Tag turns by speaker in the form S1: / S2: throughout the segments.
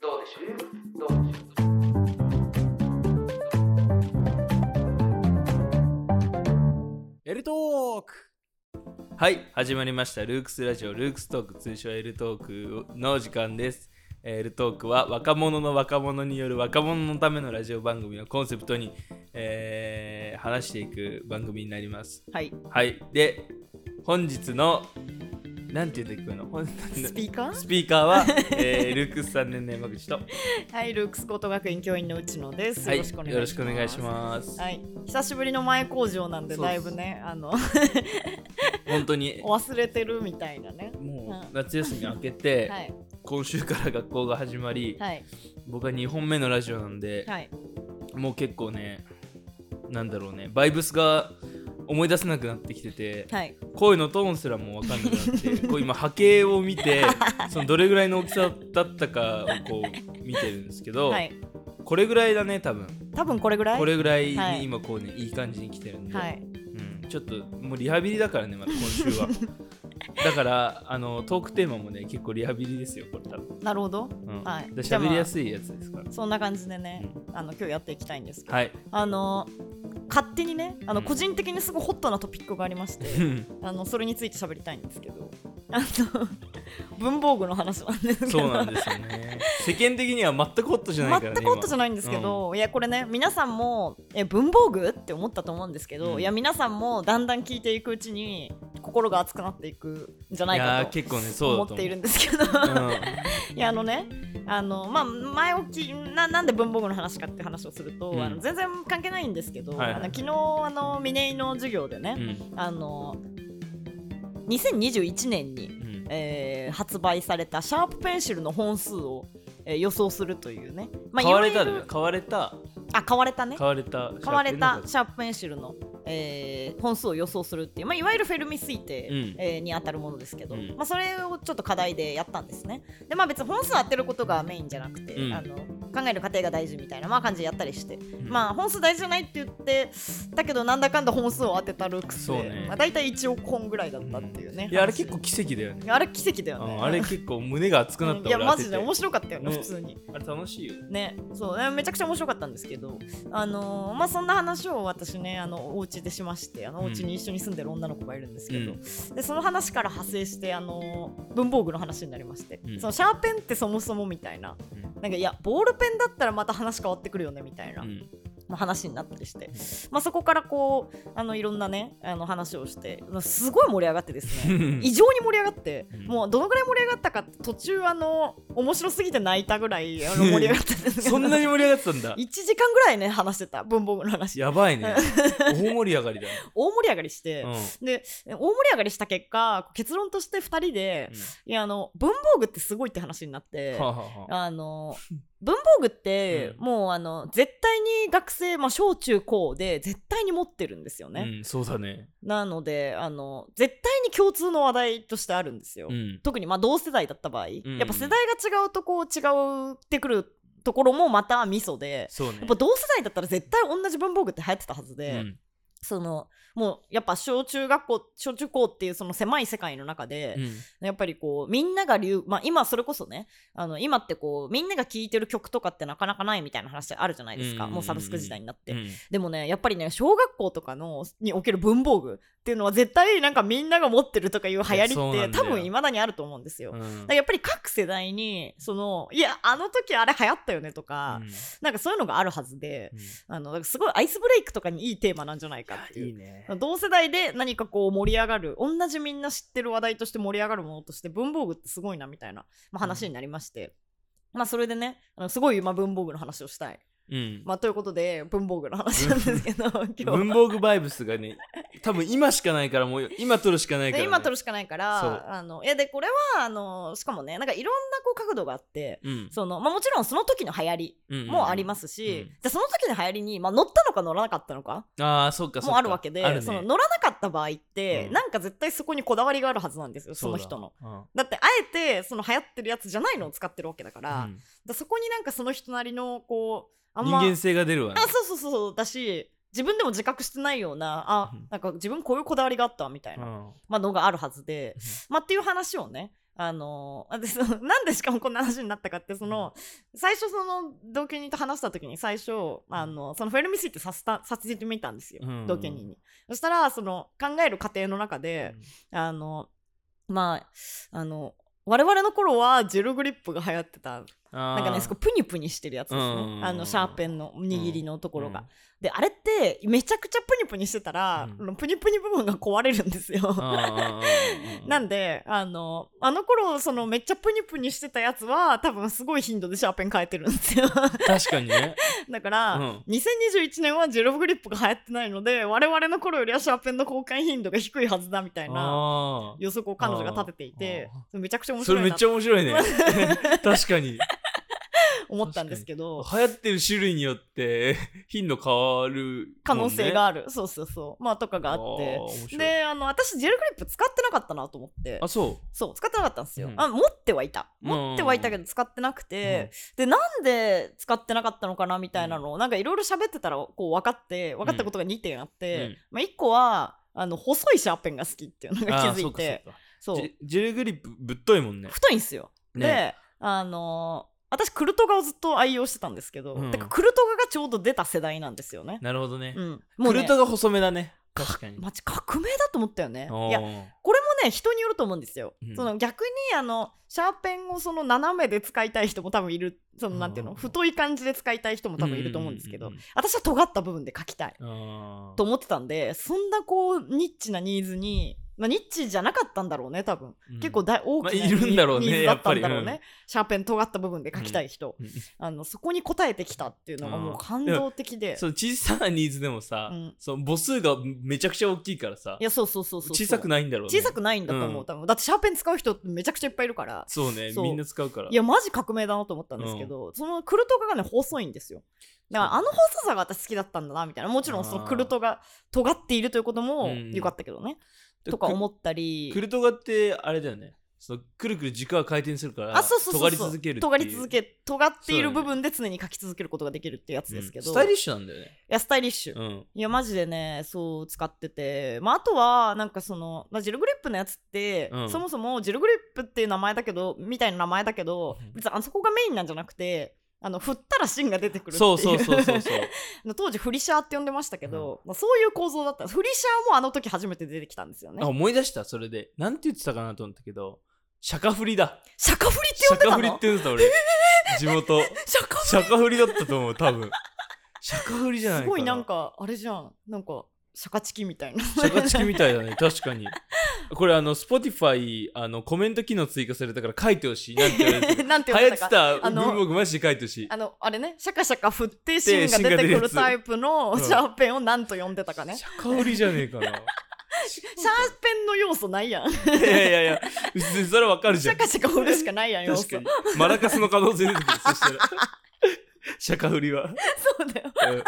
S1: どうでしょうどうでしょう
S2: エルトーク
S3: はい始まりましたルークスラジオルークストーク通称 L トークの時間ですえー L トークは若者の若者による若者のためのラジオ番組をコンセプトに、えー話していく番組になります
S2: はい
S3: はいで本日のなんて言うんだっけこの本
S2: スピーカー
S3: スピーカーは、えールークス3年の山口 と、
S2: はいルークス高等学院教員の内野です、
S3: はい、
S2: よろしくお願いします
S3: ます
S2: はい久しぶりの前工場なんで
S3: そう
S2: だ
S3: で
S2: い
S3: す
S2: ぶねあの
S3: 本当に
S2: 忘れてるみたいなね
S3: も
S2: う
S3: うん夏休み明けて、
S2: はい
S3: 今週から学校が始まり、
S2: はい
S3: 僕は2本目のラジオなんで、
S2: はい
S3: もう結構ねなんだろうねバイブスが思い出せなくなってきてて
S2: はい
S3: 声のトーンすらもう分かんなくなって こう今波形を見てそのどれぐらいの大きさだったかをこう見てるんですけど、
S2: はい
S3: これぐらいだね多分
S2: 多分これぐらい
S3: これぐらい
S2: はい
S3: に今こうねいい感じに来てるんで、
S2: はい
S3: うん、ちょっともうリハビリだからねまだ今週 はだからあのトークテーマもね結構リハビリですよこれ多分、
S2: なるほど
S3: うん
S2: はい
S3: で
S2: じゃあまあ
S3: 喋りやすいやつですから
S2: そんな感じでね、あの今日やっていきたいんですけど、
S3: はい
S2: あの勝手にねあの
S3: うん
S2: 個人的にすごいホットなトピックがありまして あのそれについて喋りたいんですけどあの文房具の話なんですけど
S3: そうなんですよね。世間的には全くホットじゃないからね。
S2: 全くホットじゃ
S3: ゃ
S2: ないんですけど、いやこれね皆さんもえ文房具って思ったと思うんですけど、
S3: うん
S2: いや皆さんもだんだん聞いていくうちに心が熱くなっていくんじゃない
S3: いや
S2: か
S3: ー結構ね、
S2: と
S3: そう
S2: 思
S3: だと
S2: って
S3: 思。
S2: いうるんですけど、 いやあのねあのまあ前置きななんで文房具の話かって話をすると、
S3: うん
S2: あの全然関係ないんですけど、
S3: はい
S2: あの昨日あのミネイの授業で
S3: うん。
S2: ね、あの2021年に
S3: う、ん。うん
S2: えー発売されたシャープペンシルの本数を、えー予想するというね、ま
S3: 買われた
S2: いわゆ
S3: で
S2: る
S3: 買われた
S2: あ買われたね
S3: 買われた
S2: 買われた
S3: シ
S2: シャープペンシルの、えー本数を予想するっていう、まあ、いわゆるフェルミ推定、
S3: うん
S2: えーに当たるものですけど、
S3: うん
S2: まあ、それをちょっと課題でやったんですねでまあ別に本数当てることがメインじゃなくて、
S3: うん
S2: あの考える過程が大事みたいな、まあ、感じでやったりして、
S3: ャーペンの
S2: まあ本数大事じゃないって言ってだけどなんだかんだ本数を当てたルックスで、
S3: そうね
S2: まあ、大体1億本ぐらいだったっていうね、
S3: いやあれ
S2: 話
S3: 結構奇跡だよね。
S2: あれ奇跡だよ
S3: う
S2: ね
S3: んあれ結構胸が熱くなった
S2: いや
S3: 俺
S2: マジで
S3: 当てて
S2: 面白かったよね
S3: ね
S2: 普通に
S3: あれ楽しいよ。
S2: ね、そうねめちゃくちゃ面白かったんですけど、あのーまあ、そんな話を私ねあのお家でしましてあの
S3: うん
S2: お家に一緒に住んでる女の子がいるんですけど、
S3: うん
S2: でその話から派生して、あのー文房具の話になりまして、
S3: うん
S2: そのシャーペンってそもそもみたいな
S3: うん
S2: なんかいやボールペンだったらまた話変わってくるよねみたいな、
S3: うん
S2: まあ話になったりして、まあ、そこからこうあのいろんなねあの話をして、まあすごい盛り上がってですね異常に盛り上がって、
S3: うん
S2: もうどのぐらい盛り上がったか途中あの面白すぎて泣いたぐらいあの盛り上がったんですけ ど
S3: そんなに盛り上がってたんだ。
S2: 1時間ぐらいね話してた文房具の話
S3: やばいね。大盛り上が りだね。
S2: 大盛り上がりして、
S3: うん
S2: で大盛り上がりした結果結論として2人で、いやあの文房具ってすごいって話になって
S3: うん。はあはあはあ
S2: あの文房具って、
S3: うん
S2: もうあの絶対に学生、まあ、小中高で絶対に持ってるんですよね、
S3: うんそうだね。
S2: なのであの絶対に共通の話題としてあるんですよ、
S3: うん。
S2: 特にまあ同世代だった場合、
S3: ん
S2: やっぱ世代が違うとこう違うってくるところもまたミソで
S3: そうね。
S2: やっぱ同世代だったら絶対同じ文房具って流行ってたはずで、
S3: うん
S2: そのもうやっぱ小中学校小中高っていうその狭い世界の中で
S3: う、ん
S2: やっぱりこうみんなが流、まあ、今それこそねあの今ってこうみんなが聴いてる曲とかってなかなかないみたいな話あるじゃないですか、
S3: うん
S2: もうサブスク時代になって、
S3: うん
S2: でもねやっぱりね小学校とかのにおける文房具っていうのは絶対なんかみんなが持ってるとかいう流
S3: いやそ
S2: 行
S3: う
S2: りっ
S3: な
S2: て
S3: んだ
S2: 多
S3: よ
S2: 分いまだにあると思うんですよ。
S3: う
S2: だか
S3: ん
S2: らやっぱり各世代にそのいやあの時あれ流行ったよねとか、なんかそういうのがあるはずで
S3: うん
S2: あのだからすごいアイスブレイクとかにいいテーマなんじゃないかっていう
S3: いいね。
S2: 同世代で何かこう盛り上がる同じみんな知ってる話題として盛り上がるものとして文房具ってすごいなみたいな、まあ、話になりまして、まあそれでねあのすごい今文房具の話をしたい、
S3: うん。
S2: まあ、ということで文房具の話なんですけど今日
S3: 文
S2: は。
S3: 房具バイブスが ね多分今しかないからもう今撮るしかないから、
S2: で
S3: ね、
S2: 今撮るしかないか
S3: そう
S2: らあのいやでこれはあのしかもねなんかいろんなこう角度があって
S3: うん
S2: その、まあ、もちろんその時の流行り
S3: うんうん
S2: もありますし、
S3: うん
S2: じゃあその時の流行りに、まあ、乗ったのか乗らなかったのか
S3: ああそうかそうか
S2: もうあるわけで、
S3: あるね
S2: その乗らなかった場合って、
S3: うん
S2: なんか絶対そこにこだわりがあるはずなんですよその人の。
S3: そうだうん
S2: だってあえてその流行ってるやつじゃないのを使ってるわけだから,、
S3: うん
S2: そこになんかその人なりのこうあん
S3: 人
S2: ま
S3: 間性が出るわね
S2: あそうそうそうだし自分でも自覚してないようなあ
S3: うん
S2: なんか自分こういうこだわりがあったわみたいな、まあ、のがあるはずで、まあ、っていう話をねあのあでその なんでしかもこんな話になったかってその最初その同居人と話した時に最初あのそのフェルミシってさせたさせてみたんですよ、
S3: うん
S2: 同居人に。そしたらその考える過程の中で、あのまああの我々の頃はジェルグリップが流行ってた
S3: な
S2: なんかねすごいプニプニしてるやつですね、
S3: うん
S2: あのシャーペンの握りのところが、
S3: うん
S2: であれってめちゃくちゃプニプニしてたら、
S3: うん
S2: プニプニ部分が壊れるんですよ、 なんであのあの頃そのめっちゃプニプニしてたやつは多分すごい頻度でシャーペン変えてるんですよ
S3: 確かにね。
S2: だから、
S3: うん
S2: 2021年はジェルグリップが流行ってないので我々の頃よりはシャーペンの交換頻度が低いはずだみたいな
S3: あー
S2: 予測を彼女が立てていて
S3: あー
S2: それめちゃくちゃ面
S3: それ
S2: 白
S3: め
S2: い
S3: っ
S2: な
S3: ち
S2: と
S3: ゃ面白いね。 確かに。
S2: 思ったんですけど
S3: 流行ってる種類によって 頻度変わる
S2: 可能性が
S3: あ
S2: ある、そうそうそうまあとかがあって
S3: て
S2: であの私ジェルグリップ使ってなかったなと思って
S3: あそ
S2: そう使ってなかったんですよ、
S3: うん
S2: あ持ってはいた
S3: うん
S2: 持ってはいたけど使ってなくて、でなんで使ってなかったのかなみたいなのを、なんかいろいろ喋ってたらこう分かって分かったことが2点あって、
S3: うん
S2: まあ、1個はあの細いシャーペンが好きっていうの
S3: う
S2: が
S3: あー
S2: 気づ
S3: そ
S2: い
S3: かそ
S2: う
S3: う
S2: て
S3: か
S2: そう
S3: ジェジェルグリップぶっといもんね
S2: 太いんですよ、
S3: ね
S2: であのー私クルトガをずっと愛用してたんですけど、
S3: うん
S2: てかクルトガがちょうど出た世代なんですよね。
S3: なるほどね
S2: うん、も
S3: ク
S2: うね
S3: ルトが細めだね確かに
S2: マジ革命だと思ったよね。い
S3: や
S2: やこれもね人によると思うんですよ、
S3: うん
S2: その逆にあのシャーペンをその斜めで使いたい人も多分いるその
S3: あー
S2: なんていうの太い感じで使いたい人も多分いると思うんですけど、
S3: うんうんうんうん
S2: 私は尖った部分で書きたいと思ってたんでそんなこうニッチなニーズに、まあ、ニッチじゃなかったんだろうね多分、結構大大きな
S3: まあいるんだろうね
S2: ニーズだったんだろ
S3: や
S2: う
S3: っぱり
S2: ね、
S3: うん
S2: シャーペン尖った部分で書きたい人、
S3: うんうん
S2: あのそこに応えてきたっていうのがもう感動的で。
S3: その小さなニーズでもさ
S2: うん
S3: その母数がめちゃくちゃ大きいからさ
S2: いやそうそうそうそう
S3: 小さくないんだろうね
S2: 小さくないんだと思う、
S3: うん
S2: 多分だってシャーペン使う人めちゃくちゃいっぱいいるから
S3: そうね
S2: そう
S3: みんな使うから
S2: いやマジ革命だなと思ったんですけど、そのクルトガがね細いんですよだから
S3: そう
S2: あの細さが私好きだったんだなみたいなもちろんその
S3: あー
S2: クルトが尖っているということも
S3: うん
S2: よかったけどね、
S3: で
S2: とか
S3: ク
S2: 思ったり
S3: クルトガってあれだよねそのくるくる軸は回転するから
S2: あそうそうそう
S3: 尖り続けるっていう
S2: 尖り続け尖っている
S3: そうだ
S2: 部
S3: ね
S2: 分で常に書き続けることができるってやつですけ
S3: う
S2: ど、
S3: んスタイリ
S2: い
S3: ッシュなんだよね
S2: やスタイリッシュ、
S3: うん
S2: いやマジでねそう使ってて、まあ、あとはなんかその、まあ、ジルグリップのやつって、
S3: うん
S2: そもそもジルグリップっていう名前だけどみたいな名前だけど
S3: うん
S2: 別にあそこがメインなんじゃなくてあの振ったら芯が出てくるってい
S3: そ
S2: う
S3: うそうそうそうそう
S2: あの 当時フリシャーって呼んでましたけど、まあ、そういう構造だったフリシャーもあの時初めて出てきたんですよね
S3: あ思い出したそれでなんて言ってたかなと思ったけど釈迦振りだ
S2: 釈迦フリって呼んで
S3: 釈迦
S2: た
S3: 振りっ
S2: の
S3: て言うんだ俺地元
S2: 釈迦フ
S3: 釈迦振りだったと思う多分釈迦振りじゃ
S2: リ
S3: ない
S2: す
S3: か
S2: ごいなんかあれじゃんなんか釈迦チキみたいな
S3: 釈迦チキみたいだね確かにこれあの Spotify あのコメント機能追加されたから書いてほしいなんて言 われてる
S2: なんて
S3: 流
S2: 呼
S3: 行
S2: ん
S3: っ
S2: で
S3: て
S2: たか
S3: た
S2: あの
S3: 文房具マジで書いてほしい
S2: あのあれねシャカシャカ振って芯が出てくるタイプの
S3: で芯
S2: シ
S3: が出るやつ
S2: ャーペンをなんと呼んでたかね、シャー
S3: 釈迦振りじゃねえ かな
S2: ペンの要素ないやんシ
S3: いやいやいや、別にそれわかるじゃん。
S2: ャカシャカ振るしかないやん要素
S3: 確
S2: そ
S3: か
S2: う
S3: に。マラカスの可能性出てくる、そ したら。釈迦振りは。
S2: だよい
S3: うん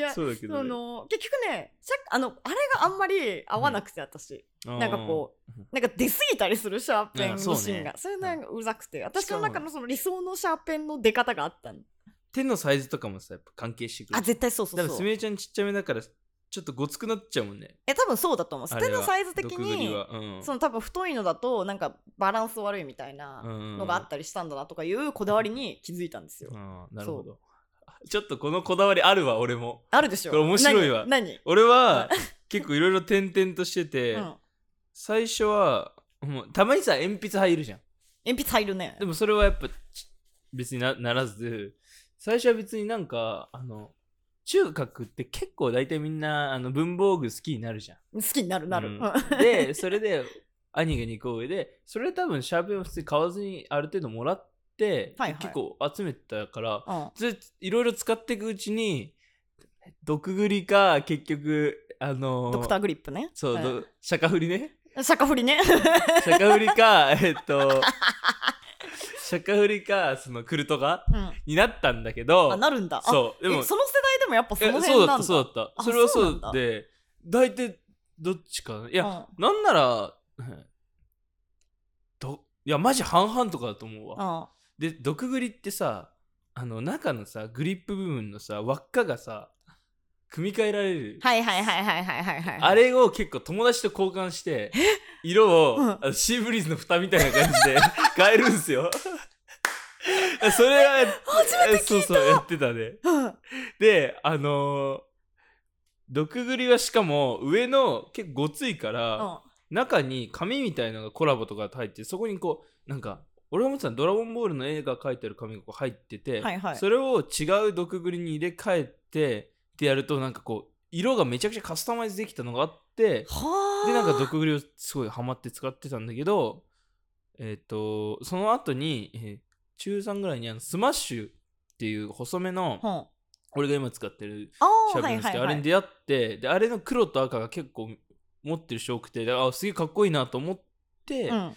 S2: やそ
S3: そうだけど、ね。
S2: の結局ねシャカあのあれがあんまり合わなくて私、なんかこ
S3: う
S2: う、なんか出過ぎたりするシャーペンの芯
S3: うん
S2: が、
S3: そう
S2: そ
S3: ね
S2: れなんかうざくて、私の
S3: しか
S2: 中
S3: も
S2: のその理想のシャーペンの出方があったの。
S3: うん。手のサイズとかもさ、やっぱ関係してくる。
S2: あ、絶対そうそ
S3: だ
S2: う
S3: から、
S2: そ
S3: す
S2: う。
S3: みれちゃんちっちゃめだから、ちょっとごつくなっちゃうもんね。
S2: え、多分そうだと思う。
S3: あ
S2: 手
S3: れは
S2: のサイズ的
S3: 毒グリ
S2: に、
S3: はうん。
S2: その多分太いのだと、なんかバランス悪いみたいなの
S3: の
S2: があったりしたんだなとかいうこだわりに気づいたんですよ。
S3: うん、なるほど。 ちょっとこのこだわりあるわ、俺も。
S2: あるでしょ
S3: これ面白いわ
S2: 何
S3: 俺 は、結構いろいろ点々としてて、
S2: 何、うん、
S3: 最初は、もうたまにさ、鉛筆入るじゃん。
S2: 鉛筆入るね
S3: で。もそれはやっぱち別になならず最初は別になんかあの中学って結構大体みんなあの文房具好きになるじゃ
S2: 好きになるなる。
S3: う
S2: うんん、
S3: ん。でそれで兄が2個上でそれ多分シャーペンを普通に買わずにある程度もらって、
S2: はいはい
S3: 結構集めてたから
S2: うん
S3: ずいろいろ使っていくうちに毒グリか結局あの
S2: ドクターグリップね。
S3: そう、
S2: ん
S3: ど釈迦振りね
S2: 釈迦振 りね。
S3: 釈迦振り かえっと釈迦振りかそのクルトガ
S2: うん、
S3: になったんだけど
S2: あ、なるんだ。あ
S3: そうで
S2: え
S3: も
S2: その世代でもやっぱその
S3: え
S2: 辺なんだ。
S3: そうだったそうだった
S2: あ
S3: それは
S2: そうな
S3: そ
S2: ん
S3: う
S2: だ
S3: で大体どっちかないや、
S2: うん
S3: なんならうんどいやマジ半々とかだと思うわ、
S2: うん
S3: で毒グリってさあの中のさグリップ部分のさ輪っかがさ組み替えられる、
S2: はいはいはいはいはいはいはい
S3: あれを結構友達と交換して色を、
S2: うん
S3: あのシーブリーズの蓋みたいな感じで 変えるんすよ それは
S2: 初めて
S3: そうそうやってたね
S2: うん
S3: であのー毒グリはしかも上の結構ごついから、
S2: うん
S3: 中に紙みたいなのがコラボとか入ってそこにこうなんか俺が思ってたのドラゴンボールの映画描いてる紙がこう入ってて、
S2: はいはい
S3: それを違う毒グリに入れ替えてってやるとなんかこう色がめちゃくちゃカスタマイズできたのがあって
S2: はあ
S3: でなんか毒グリをすごいハマって使ってたんだけどえっ、とその後に、えー中3ぐらいにあのスマッシュっていう細めの
S2: うんあ
S3: 俺が今使ってるし
S2: あ
S3: ゃ
S2: ー
S3: べ
S2: は
S3: るん
S2: い
S3: ですけ
S2: はい
S3: ど、
S2: は
S3: あれに
S2: い
S3: 出会ってであれの黒と赤が結構持ってる人多くてであすげえかっこいいなと思って、
S2: うん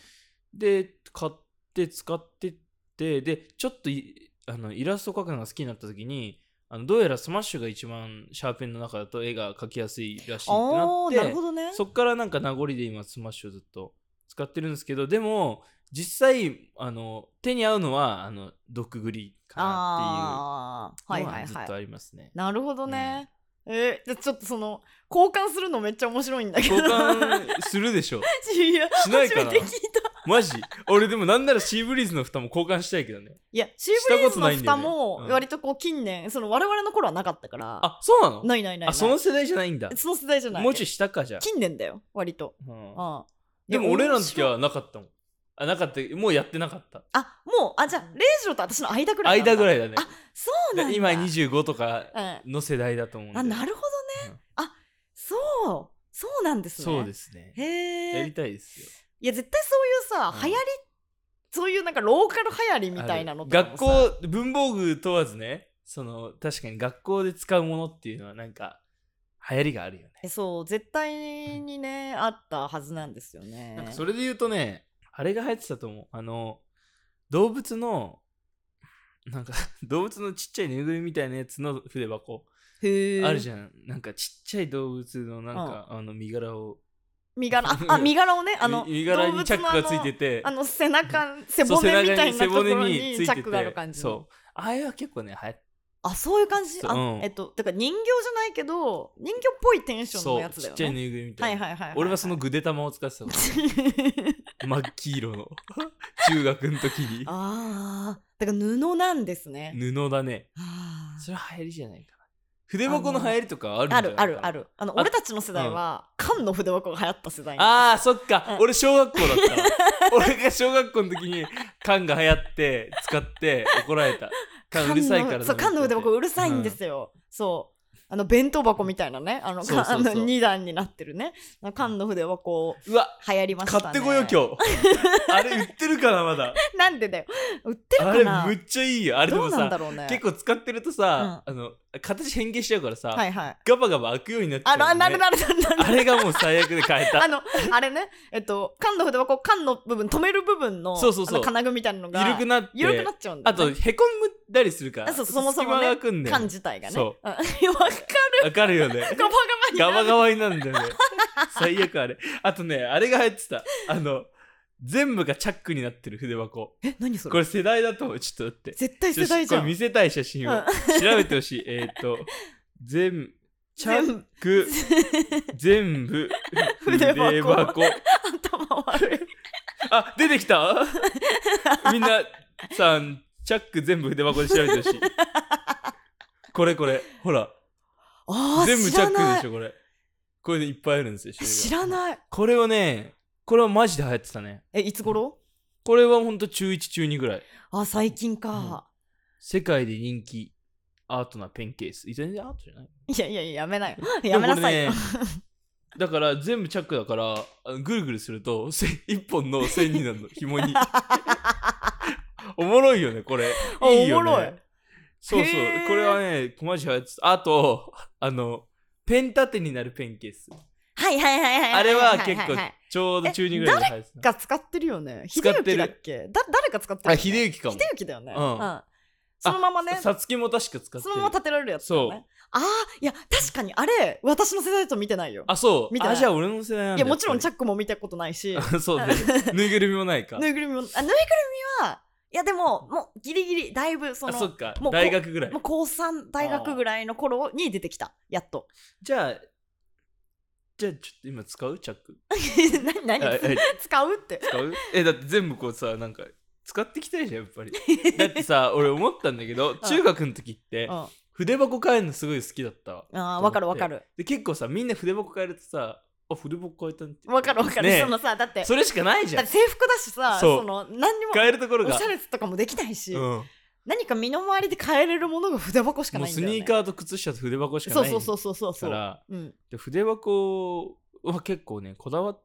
S3: で買って使ってってでちょっといあのイラスト描くのが好きになった時にあのどうやらスマッシュが一番シャーペンの中だと絵が描きやすいらしい
S2: あ
S3: っ
S2: あ
S3: て
S2: な
S3: な
S2: る
S3: っ
S2: ほ
S3: て
S2: どね
S3: そっからなんか名残で今スマッシュをずっと使ってるんですけどでも実際あの手に合うのはあの毒グリかな
S2: ああ
S3: っ
S2: は
S3: てい
S2: いう
S3: の
S2: はい
S3: はず
S2: は
S3: っ
S2: い
S3: とありますね。
S2: なるほどね。えー、じゃあちょっとその交換するのめっちゃ面白いんだけど。
S3: 交換するで しょ
S2: いや
S3: しないかな
S2: 初めて聞いた。
S3: マジ俺でもなんならシーブリーズの蓋も交換したいけどね
S2: いやシーブリ
S3: した
S2: ーズの
S3: ことないんだよ
S2: 蓋
S3: ね
S2: も
S3: うん
S2: 割とこう近年その我々の頃はなかったから。
S3: あそうなの
S2: ないないないない。
S3: あその世代じゃないんだ
S2: その世代じゃない。
S3: もうちょい下かじゃあ
S2: 近年だよ割と。
S3: うん
S2: うん。
S3: でも俺らの時
S2: は。
S3: はなかったもんあなかったもうやってなかった
S2: あもうあじゃあレイジロと私の間ぐらいなんだ。
S3: 間ぐら
S2: い。
S3: いだね
S2: あそうなんだ。
S3: 今。25とか
S2: う
S3: の世代だと思うん
S2: ん。
S3: で
S2: あなるほどね。あそうそうなんですね。。
S3: そうですすね
S2: へえ。
S3: やりたいですよ
S2: いや絶対そういうさ、
S3: うん
S2: 流行りそういうなんかローカル流行りみたいなの
S3: あ
S2: と
S3: る
S2: かもさ
S3: 学校文房具問わずねその確かに学校で使うものっていうのはなんか流行りがあるよね
S2: えそう絶対にね、あったはずなんですよね
S3: なんかそれで言うとね、あれが流行ってたと思う。あの、動物の、なんか 動物のちっちゃいぬいぐるみみたいなやつの筆箱、
S2: へ
S3: ある
S2: ゃん
S3: じゃん。なんかちっちゃい動物のなんか、あの身柄を、
S2: 身柄ああ身柄をねあの
S3: み身柄にチャックがついて
S2: て
S3: て
S2: あ、の背中背
S3: そう
S2: 骨みたいな
S3: 背
S2: とこ
S3: 中
S2: ろに
S3: 背
S2: チャックがある感じの
S3: そう。あれは結構ね、流行って
S2: あそういう感じ
S3: そう
S2: あ、
S3: うん
S2: えっとだから人形じゃないけど人形っぽいテンションの
S3: そ
S2: や
S3: う、
S2: つ
S3: ち
S2: だよ
S3: っちゃい
S2: ね
S3: ぬいぐるみみた
S2: はいい
S3: な。
S2: はいはいい、
S3: 俺はそのぐで玉を使ってたの真っ黄色の中学の時に
S2: ああだから布なんですね
S3: 布だね
S2: あー
S3: それは流行りじゃないかな筆箱の流行りとかあるんじ
S2: あ
S3: ゃないか
S2: る
S3: な
S2: あるあるあの
S3: あ
S2: 俺たちの世代は缶の筆箱が流行った世代
S3: あーそっか、
S2: うん
S3: 俺小学校だったわ 俺が小学校の時に缶が流行って使って怒られた缶うるさいから
S2: そう缶の筆箱うるさいんですよ、そうあの弁当箱みたいなねあの
S3: そうそうそう
S2: 缶あの2段になってるねあの缶の筆箱
S3: うわ
S2: 流行りました
S3: 買
S2: ね
S3: ってこよ今日あれ売ってるかなまだ
S2: 日 なんでだよ売ってる
S3: あ
S2: か
S3: れ
S2: な
S3: むっちゃいいよあれで
S2: ど
S3: も
S2: うなん
S3: さ
S2: だろうね
S3: 結構使ってるとさ、あの形変形しちゃうからさ、
S2: はいはい
S3: ガバガバ開くようになっちゃ
S2: あ
S3: うの
S2: のあ
S3: ね
S2: なるなるなる なる
S3: あれがもう最悪で変えた
S2: あのあれねえっと缶の筆箱缶の部分止める部分の
S3: そうそうそう
S2: あの金具みたいなのが
S3: 緩くなって
S2: 緩くなっちゃうんだ
S3: あ
S2: よね、
S3: とへこんだりするから
S2: あそうそもそ
S3: 隙
S2: も
S3: 間
S2: ね
S3: が開くんだよ
S2: 缶自体がね
S3: そう
S2: うん わかる
S3: わかるよね
S2: ガバガ
S3: ガ
S2: バ
S3: バ
S2: になる
S3: ガバになるんだよね。最悪あれ。あとね、あれが入ってた。あの、全部がチャックになってる筆箱。
S2: え何そ
S3: こ
S2: れ
S3: れ世代だと思う。ちょっと待って。
S2: 絶対世代じゃ
S3: これ
S2: ん
S3: 見せたい写真を。
S2: うん
S3: 調べてほしい。えーっと、全、チャック、全部、筆
S2: 筆
S3: 箱
S2: 箱。頭悪い
S3: あ、出てきたみんなさん、チャック全部筆箱で調べてほしい。これこれ。ほら、
S2: あー
S3: 全部チャックでし
S2: ょ
S3: ょ、これ。これでいっぱいあるんですよ。種類が
S2: 知らない
S3: これはね、これはマジで流行ってたね。
S2: えいつ頃
S3: これはほんと中1、中2ぐらい。
S2: あ最近か、
S3: 世界で人気アートなペンケース。全然アートじゃない
S2: いやいやいやや めなよやめなさい
S3: で
S2: よ、
S3: もこれねだから全部チャックだから、あのぐるぐるすると、せ1本の線になるの、紐 に。おもろいよね、これ。
S2: あ
S3: いいよ
S2: お
S3: ね。
S2: もろい
S3: そうそう
S2: へ。ー
S3: これはね、マジ流行ってた。あと、あの、ペン立てになるペンケース。
S2: はいはいはいはい
S3: あれは結
S2: いいい
S3: 構、ちょうど中2ぐらいで流行ってた。
S2: が使ってるよね
S3: 使
S2: 秀
S3: ってる
S2: 幸だっけだ誰か使ってるよね、
S3: あ、秀幸かも
S2: 秀。幸だよね
S3: う
S2: うんん、そのままね
S3: さつきも確か使って
S2: そ
S3: る
S2: のまま立てられるやつだ
S3: そ
S2: よねああいや確かにあれ私の世代だと見てないよ
S3: あそう
S2: みたいな
S3: あじゃあ俺の世代なんだ
S2: いやもちろんチ
S3: ャ
S2: ャックも見たことないし
S3: ックそうねぬいぐるみもないか
S2: ぬいぐるみもあぬいぐるみはいやでももうギリギリだいぶそ
S3: あ
S2: の
S3: そっか
S2: もうこ
S3: 大学ぐらい
S2: もう高3大学ぐらいの頃に出てきたやっと
S3: じゃあじゃあちょっと今使うチャック
S2: 何何、
S3: はいはい
S2: 使うって
S3: 使う えだって全部こうさなんか使ってきたいじゃんやっぱ りだってさ俺思ったんだけど中学の時って
S2: うん、あ
S3: 筆箱変えるのすごい好きだったわ
S2: あ分かる分かる
S3: で結構さみんな筆箱変えるとさあ筆箱変えたんって
S2: 分かる分かる、
S3: ねえ
S2: そのさだって
S3: それしかないじ
S2: だ
S3: ゃ
S2: っ
S3: ん
S2: て制服だしさ
S3: そう
S2: その何にも
S3: 変えるところ
S2: お
S3: が
S2: しゃれとかもできないし、
S3: うん
S2: 何か身の回りで変えれるものが筆箱しか
S3: もう
S2: ないん
S3: ス
S2: だよ、ね、
S3: ニーカーと靴下と筆箱しか
S2: そ
S3: な
S2: う
S3: い
S2: そうそううそうそうそ
S3: か
S2: う、
S3: ら
S2: うん、
S3: で筆箱は結構ねこだわっ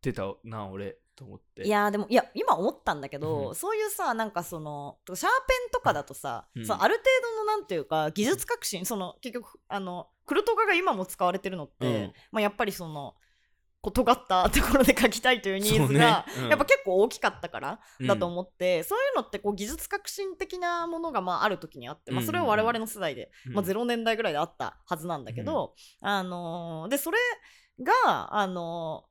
S3: てたな俺と思って
S2: いやーでもいや今思ったんだけど、
S3: うん
S2: そういうさなんかそのシャーペンとかだとさ、
S3: うん
S2: そうある程度のなんていうか技術革新その結局あのクルトガが今も使われてるのって、
S3: うん
S2: まあ、やっぱりそのこう尖ったところで書きたいというニー
S3: そう
S2: ズ
S3: ね
S2: が、
S3: うん
S2: やっぱ結構大きかったから
S3: うん
S2: だと思って、そういうのってこう技術革新的なものがまあある時にあって、まあ、それは我々の世代でまあ、
S3: うん
S2: 0年代ぐらいであったはずなんだけど、あのーでそれが、あの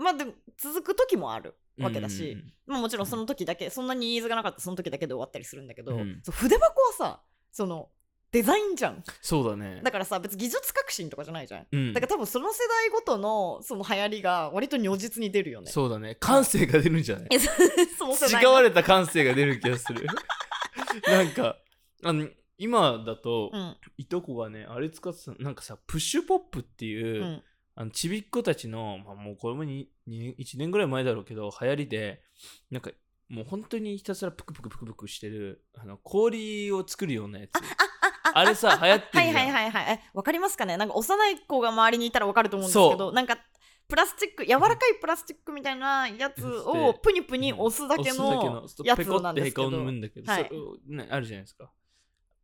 S2: ーまあ、でも続く時もあるわけだし、まあ、もちろんその時だけそんなにニーズがなかったらその時だけで終わったりするんだけど、
S3: うん
S2: そう筆箱はさそのデザインじゃん
S3: そうだね
S2: だからさ別に技術革新とかじゃないじゃん。
S3: うん
S2: だから多分その世代ごとのその流行りが割と如実に出るよね。
S3: そうだね感性が出るんじゃない
S2: えそ その世代
S3: 違われた感性が出る気が するなんかあの今だと、
S2: うん
S3: いとこがねあれ使ってたなんかさプッシュポップっていうう、
S2: ん
S3: あのちびっ子たちの、まあ、もうこれもにに1年ぐらい前だろうけど流行りでなんかもう本当にひたすらプクプクプクプクしてるあの氷を作るようなやつあれさ流行って
S2: は
S3: る
S2: い
S3: じ
S2: はい
S3: ゃん
S2: はいはい。えわかりますかねなんか幼い子が周りにいたらわかると思うんですけ
S3: そ
S2: ど、なんかプラスチック、柔らかいプラスチックみたいなやつをぷにぷに押すだけの
S3: 押すだけ
S2: や
S3: ペ
S2: つ
S3: コ
S2: な
S3: っ
S2: ん
S3: て
S2: で
S3: へ
S2: すけ
S3: こ
S2: ど。
S3: むんだけど、
S2: はい
S3: それねあるじゃないですか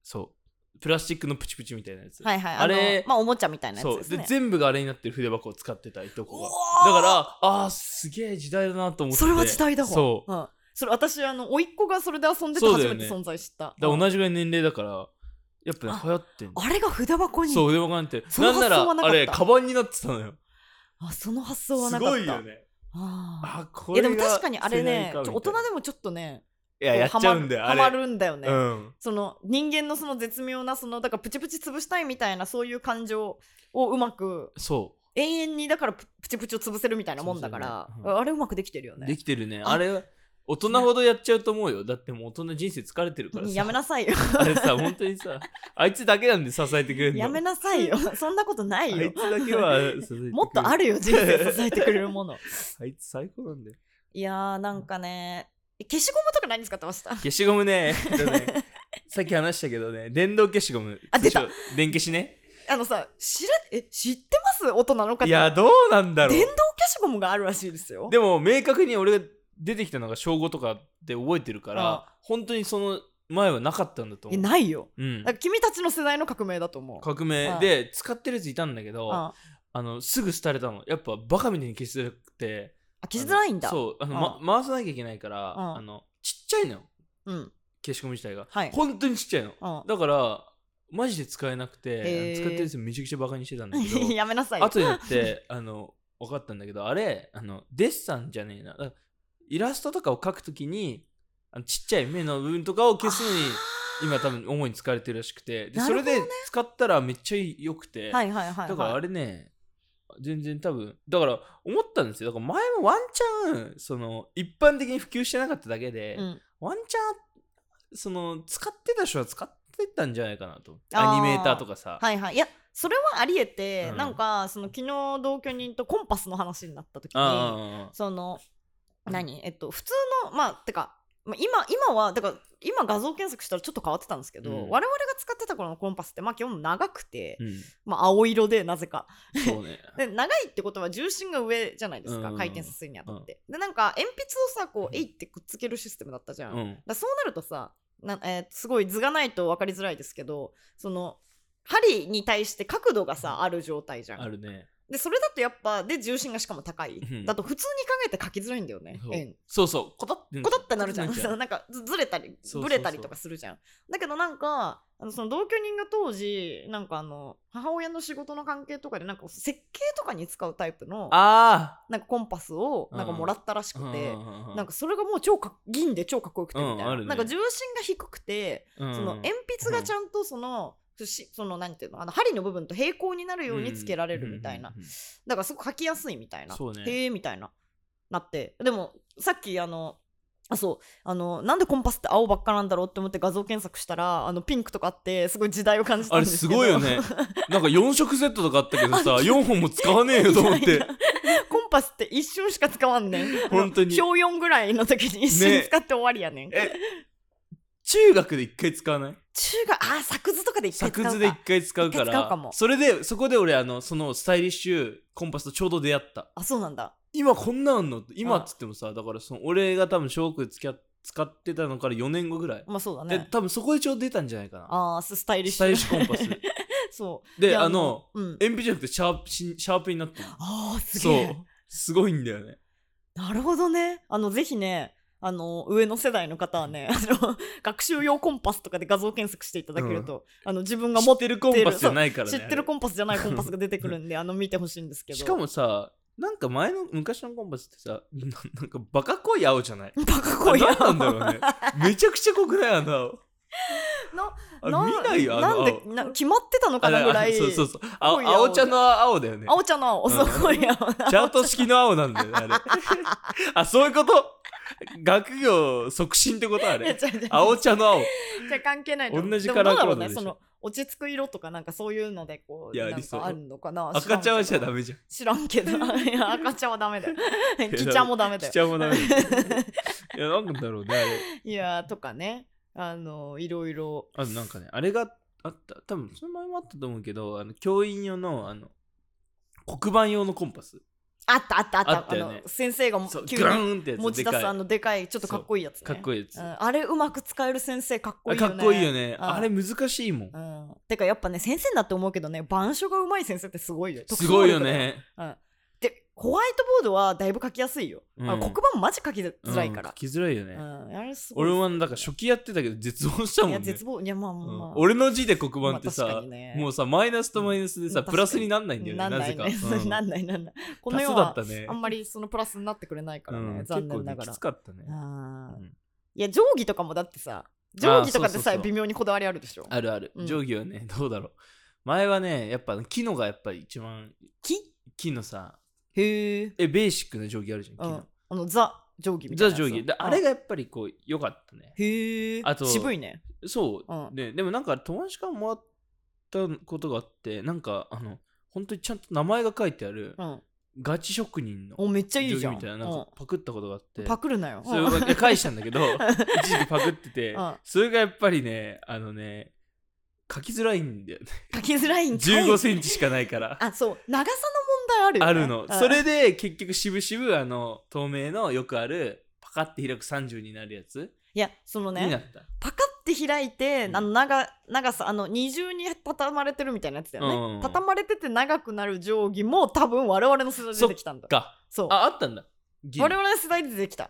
S3: そうプラスチックのプチプチみたいなやつ、
S2: はいはい。
S3: あれ
S2: のまあおもちゃみたいなや
S3: そう
S2: つです
S3: で
S2: ね。
S3: 全部があれになってる筆箱を使ってたいとこ
S2: うわ
S3: がだからあーすげえ時代だなと思って
S2: それは時代だわ。
S3: そう
S2: うん。それ私、あの、甥っ子がそれで遊んでて
S3: そう
S2: 初
S3: だよ
S2: め
S3: ね
S2: て存在した。
S3: だか
S2: う
S3: ら
S2: ん
S3: 同じぐらいの年齢だからやっぱね
S2: あ
S3: 流行ってんの
S2: あれが筆箱に。
S3: そう筆箱なんて
S2: その
S3: なん
S2: 発
S3: な
S2: 想
S3: ら
S2: はなかっ
S3: あ
S2: た
S3: れカバンになってたのよ
S2: あ、その発想は
S3: す
S2: なかった。
S3: ごいよね
S2: あ
S3: あ
S2: ー
S3: こ
S2: いや
S3: れ
S2: で
S3: が
S2: も確かにあれね、
S3: 世代
S2: ち
S3: か
S2: ょ
S3: みたいな
S2: 大人でもちょっとね、
S3: いややっちゃうんだよあ
S2: ハ
S3: れ
S2: マるんだよね。
S3: うん
S2: その人間のその絶妙なそのだからプチプチ潰したいみたいなそういう感情をうまく
S3: そ
S2: 永遠にだからププチプチを潰せるみたいなもんだから、
S3: そうそう
S2: あれうまくできてるよ
S3: うで
S2: ね。
S3: きてるね
S2: あ
S3: あれは大人ほどやっちゃうと思うよだってもう大人人生疲れてるからさ
S2: やめなさい よ。
S3: あれさ本当に さあいつだけなんで支えてくれるの
S2: やめなさ いよ。そんなことない
S3: あい
S2: よ。
S3: つだけは支えてくれる
S2: もっとあるよ人生支えてくれ るもの。
S3: あいつ最高なんだよ
S2: いやーなんかね消しゴムとか何使ってました
S3: 消しゴム ねえっとねさっき話したけどね電動消しゴム
S2: あ出た
S3: 通称電消しね
S2: あのさ知らえ知ってます大人の方。
S3: いやどうなんだろ
S2: 電動
S3: う
S2: 消しゴムがあるらしいですよ。
S3: でも明確に俺が出てきたのが小5とかで覚えてるから本当にその前はなかったんだと
S2: え
S3: 思う、
S2: ないよ。
S3: うん
S2: だか、ら君たちの世代の革命だと思う。
S3: 革命
S2: あ
S3: で使ってるやついたんだけどあ
S2: あ
S3: のすぐ廃れたのやっぱバカみたいに消しづらくて
S2: あ消しづらいんだ。
S3: そうあの、
S2: あ
S3: ま、回さなきゃいけないから
S2: あ
S3: あのちっちゃいのよ
S2: うん。
S3: 消しゴム自体が、
S2: はい
S3: 本当にちっちゃいの
S2: うん
S3: だからマジで使えなくて、
S2: へー
S3: 使ってるやつめちゃくちゃバカにしてたんだけ ど
S2: やめなさいよ。
S3: 後になってあの分かったんだけどあれあのデッサンじゃねえなあイラストとかを描くときにあのちっちゃい目の部分とかを消すのに今多分主に使われてるらしくてで
S2: な
S3: そ
S2: る
S3: れ
S2: ほどね
S3: で使ったらめっちゃ良くて、
S2: はいはいはい、はい。
S3: だからあれね全然多分だから思ったんですよだから前もワンチャンその一般的に普及してなかっただけで、
S2: うん、
S3: ワンチャンその使ってた人は使ってたんじゃないかなと
S2: あ
S3: ア
S2: ー
S3: ニメーターとかさ、
S2: はいはい。いや、それはありえて、
S3: うん
S2: なんか、その昨日同居人とコンパスの話になった時
S3: あ
S2: に、
S3: あ
S2: その、何えっと、普通の、まあ、てか、まあ今、今は、てか、今画像検索したらちょっと変わってたんですけど、
S3: うん
S2: 我々が使ってた頃のコンパスって、まあ、基本長くて、
S3: うん、
S2: まあ、青色で、なぜか。
S3: そう ね
S2: で長いってことは重心が上じゃないですか、
S3: うん
S2: 回転させるにあたって。で、なんか、鉛筆をさ、こう、えいってくっつけるシステムだったじゃん
S3: う。ん
S2: だそうなるとさな、えーすごい図がないと分かりづらいですけどその針に対して角度がさある状態じゃん。
S3: あるね。
S2: でそれだとやっぱで重心がしかも高い、
S3: うん
S2: だと普通に考えて書きづらいんだよね
S3: そう
S2: 円
S3: そうそう、こたって
S2: こたってなるじゃん
S3: こたってな
S2: なんかずずれたり
S3: そうそうそう
S2: ぶれたりとかするじゃんだけどなんかあのその同居人が当時なんかあの母親の仕事の関係とかでなんか設計とかに使うタイプの
S3: あ
S2: なんかコンパスをなんかもらったらし
S3: あ
S2: くて、なん
S3: か、
S2: かそれがもう超か銀で超かっこよくてみたいな、
S3: うんあるね
S2: なんか重心が低くて、
S3: うん
S2: その鉛筆がちゃんとその、しそのなんていうのあの針の部分と平行になるようにつけられるみたいな、
S3: うんうんうんうん
S2: だからすごく書きやすいみたいな、
S3: そうね
S2: へえみたいななってでもさっきあのあそうあのなんでコンパスって青ばっかなんだろうって思って画像検索したらあのピンクとかあってすごい時代を感じた
S3: あ
S2: ん
S3: れ
S2: です
S3: す
S2: けど
S3: ごいよ ねなんか4色セットとかあったけどさ4本も使わねえよと思っ
S2: いや
S3: て
S2: いやコンパスって一瞬しか使わんねん
S3: 本当に
S2: 小4ぐらいの時に一瞬使って終わりやねん
S3: え中学で1回使わない
S2: 中学あー作図とかで一回使
S3: 作
S2: うか
S3: 図で1回使うか
S2: 一回使うからも
S3: それでそこで俺あのそのスタイリッシュコンパスとちょうど出会った
S2: あそうなんだ
S3: 今こんなんの今
S2: うん
S3: っつってもさだからその俺が多分小学付き合っ使ってたのから4年後ぐらい、
S2: まあそうだ
S3: で
S2: ね
S3: 多分そこでちょうど出たんじゃないかな
S2: ああススタイリッシュ
S3: スタイリッシュコンパス
S2: そう
S3: で
S2: いや
S3: あの
S2: うん、
S3: 鉛筆じゃなくてシャープしシャープになってる
S2: ああすげ
S3: そう
S2: え
S3: すごいんだよね
S2: なるほどねあのぜひねあの上の世代の方はね あの学習用コンパスとかで画像検索していただけると、あの自分が
S3: 知
S2: 持っ
S3: ってるコンパスじゃないからね
S2: 知ってるコンパスじゃないコンパスが出てくるんであの見てほしいんですけど
S3: しかもさなんか前の昔のコンパスってさななんかバカ濃い青じゃない
S2: バカ声や
S3: あれ何なんだろうねめちゃくちゃ濃くないあの青
S2: な
S3: あれ見ないよあの
S2: なんで
S3: 青
S2: な決まってたの
S3: あ
S2: か
S3: れ
S2: なぐらい
S3: あそうそうそうあ
S2: 濃い青
S3: 青茶の青だよね
S2: 青茶の青
S3: うん
S2: そう濃い青
S3: チャート式の青なんだよね あれあそういうこと学業促進ってことあ
S2: いや違
S3: れ
S2: う違う
S3: 青茶の青
S2: じゃ関係ないと思う
S3: 同じカラー
S2: でもどう
S3: コード
S2: だろう
S3: で
S2: ね
S3: しょ
S2: その落ち着く色とかなんかそういうのでこう
S3: いや
S2: なんか
S3: ありそう
S2: あるのかな
S3: 赤茶はじゃダ
S2: メ
S3: メじゃん
S2: 知らんけど いや赤茶はダメだよ キ茶もダメだ
S3: し
S2: よ
S3: ちゃもダメだよいやなんだろうねあれ
S2: いやーとかねあのいろいろ
S3: あとなんかねあれがあった多分その前もあったと思うけどあの教員用のあの黒板用のコンパス
S2: あったあったあった
S3: あったよね
S2: の先生が
S3: そう
S2: 急
S3: グ
S2: に
S3: ラーンってやつ
S2: 持
S3: で
S2: ち出
S3: かい
S2: すあのでかいちょっとかっこいいやつね
S3: かっこいいやつ、
S2: うん
S3: あ
S2: あれうまく使える先生かっこいいよ
S3: か
S2: ね
S3: っこいいよね
S2: うん
S3: あれ難しいもん
S2: うん、てかやっぱね先生だって思うけどね板書がうまい先生ってすごいよ
S3: すごいよね
S2: でホワイトボードはだいぶ書きやすいよ、
S3: うん
S2: あ黒板マジ書きづらいか
S3: うん
S2: ら
S3: 書、きづらいよね、
S2: うんあれすごい
S3: 俺もなんか初期やってたけど絶望したもんね
S2: いや絶望いやまあまあまあ、
S3: うん俺の字で黒板ってさ、
S2: まあ確かにね
S3: もうさマイナスとマイナスでさ、
S2: うん
S3: プラスになんないんだよね
S2: なん
S3: な
S2: な
S3: ぜ
S2: い
S3: か、
S2: ね、
S3: うん
S2: なんないなんないこの
S3: 多
S2: 世
S3: 数だっ
S2: は
S3: たね
S2: あんまりそのプラスになってくれないからね、
S3: うん
S2: 残念なが
S3: 結構ね
S2: ら、
S3: きつかったね
S2: あー
S3: うん
S2: いや定規とかもだってさ定規とかで
S3: そうそう
S2: さ
S3: そう
S2: え微妙にこだわりあるでしょ
S3: あるある、
S2: うん
S3: 定規はね どうだろう前はねやっぱ木のがやっぱり一番
S2: 木
S3: 木のさ
S2: へえ、
S3: えベーシックな定規あるじゃん木
S2: うん
S3: の、
S2: あのザ定規みたい
S3: ザ
S2: な
S3: 定規であれ
S2: が
S3: がやっぱりこう良かったね
S2: へえ
S3: あと
S2: 渋いね
S3: そう、
S2: うん
S3: ででもなんか友達からもらったことがあってなんかあの本当にちゃんと名前が書いてある
S2: うん
S3: ガチ職人の
S2: おめっちゃい
S3: 定
S2: いじ
S3: 規
S2: ゃん
S3: みたいななん
S2: うん
S3: かパクったことがあって、
S2: パクるなよ
S3: それをいや返したんだけど一時期パクってて、
S2: うん
S3: それがやっぱりねあのね書きづらいんだよね
S2: 書きづらいんかい
S3: 1 5センチしかないから
S2: あそう長さの問題あるよね
S3: あるの、
S2: うん
S3: それで結局渋々あの透明のよくあるパカって開く30になるやつ、
S2: いやその
S3: にな
S2: ね
S3: った、
S2: パカって開いて、
S3: うん
S2: あの長長さあの二重に畳まれてるみたいなやつだよね、
S3: うんうんうん
S2: 畳まれてて長くなる定規も多分我々の世代で出てきたんだ
S3: か
S2: そう
S3: ああったんだ銀
S2: 我々の世代で出てきた、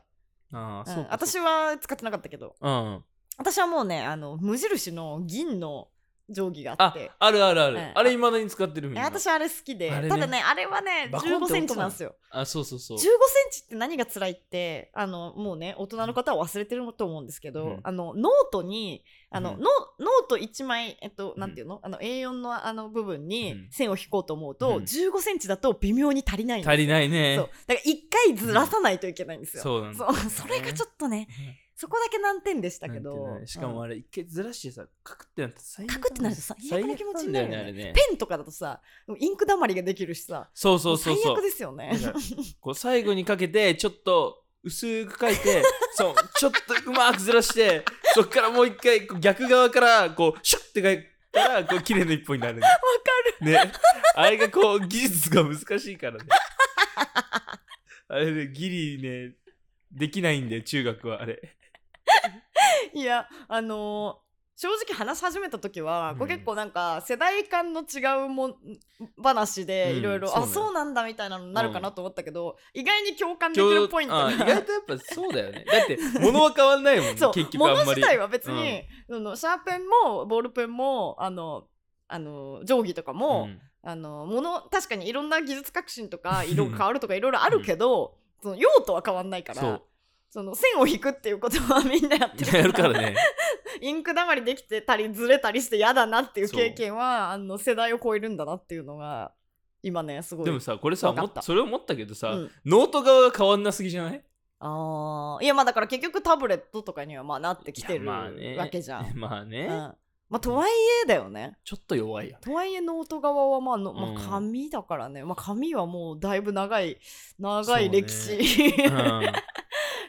S3: ああ
S2: うん
S3: そうか
S2: 私
S3: そう
S2: は使ってなかったけど
S3: かうん
S2: 私はもうねあの無印の銀の定規があっ
S3: あ
S2: て
S3: あるあるある、
S2: うん
S3: あれいまだに使ってるみん
S2: え
S3: な
S2: 私あれ好きで
S3: あれね
S2: ただねあれはね
S3: バコンって音
S2: 1 5ンチなんですよ
S3: あそうそうそう
S2: 1 5ンチって何が辛いってあのもうね大人の方は忘れてると思うんですけど、
S3: うん
S2: あのノートにあの、
S3: うん
S2: ノノート1枚、えっと、なんていうの,、あの A4 のあの部分
S3: う
S2: に
S3: ん
S2: 線を引こうと思うと、
S3: うん
S2: 1 5ンチだと微妙に足りないんです
S3: 足りない
S2: そう
S3: ね
S2: だから1回ずらさないといけないんですよ、
S3: そうなんだ
S2: そう それがちょっとね そこだけ難点でしたけど
S3: なんてねしかもあれ一回ずらしてさカクってなって最悪
S2: 書くってなるとさ
S3: 最
S2: 嫌な
S3: 悪
S2: 気持
S3: な
S2: ち
S3: ん
S2: に
S3: だ
S2: な
S3: よ
S2: る
S3: ね
S2: よ
S3: あ
S2: ね
S3: れね
S2: ペンとかだとさインクだまりができるしさ
S3: そうそうそうそ
S2: 最
S3: う
S2: 悪ですよね
S3: だからこう最後にかけてちょっと薄く書い てそうちょっとうまくずらしてそっからもう一回こう逆側からこうシュッて書いたらこう綺麗な一本になるわかるねあれがこう技術が難しい からねあれねギリねできないんだよ中学はあれ
S2: いやあの正直話し始めた時は、
S3: うん
S2: こう結構なんか世代間の違うもん話で
S3: うん
S2: いろいろ
S3: そう
S2: あ
S3: ね
S2: そうなんだみたいなのになるかなと思ったけど、意外に共感でき
S3: 共
S2: るポイント
S3: あ
S2: が
S3: 意外とやっぱそうだよねだって物は変わんないもんね
S2: そう
S3: 結局
S2: 物
S3: あんま
S2: 自
S3: り
S2: 体は別に、そのシャーペンもボールペンもあのあの定規とか
S3: うん
S2: も、
S3: うん
S2: あの物確かにいろんな技術革新 とか色変わるとかいろいろあるけど、その用途は変わんないから。
S3: そう
S2: その線を引くっていうことはみんなやってる
S3: やるから ね
S2: インクだまりできてたりずれたりして嫌だなっていう経験はあの世代を超えるんだなっていうのが今ねすごい
S3: でもさこれさ
S2: わか
S3: も
S2: った
S3: それ思ったけどさ、
S2: うん
S3: ノート側が変わんなすぎじゃない
S2: あーいやまあだから結局タブレットとかにはまあなってきて
S3: い
S2: る
S3: やまあね
S2: わけじゃ ん。
S3: まあね、
S2: うんまあ、とはいえだよね。
S3: ちょっと弱いよ
S2: とはいえノート側はまあの、
S3: うん
S2: まあ、紙だからね、まあ、紙はもうだいぶ長い長い歴史、
S3: うん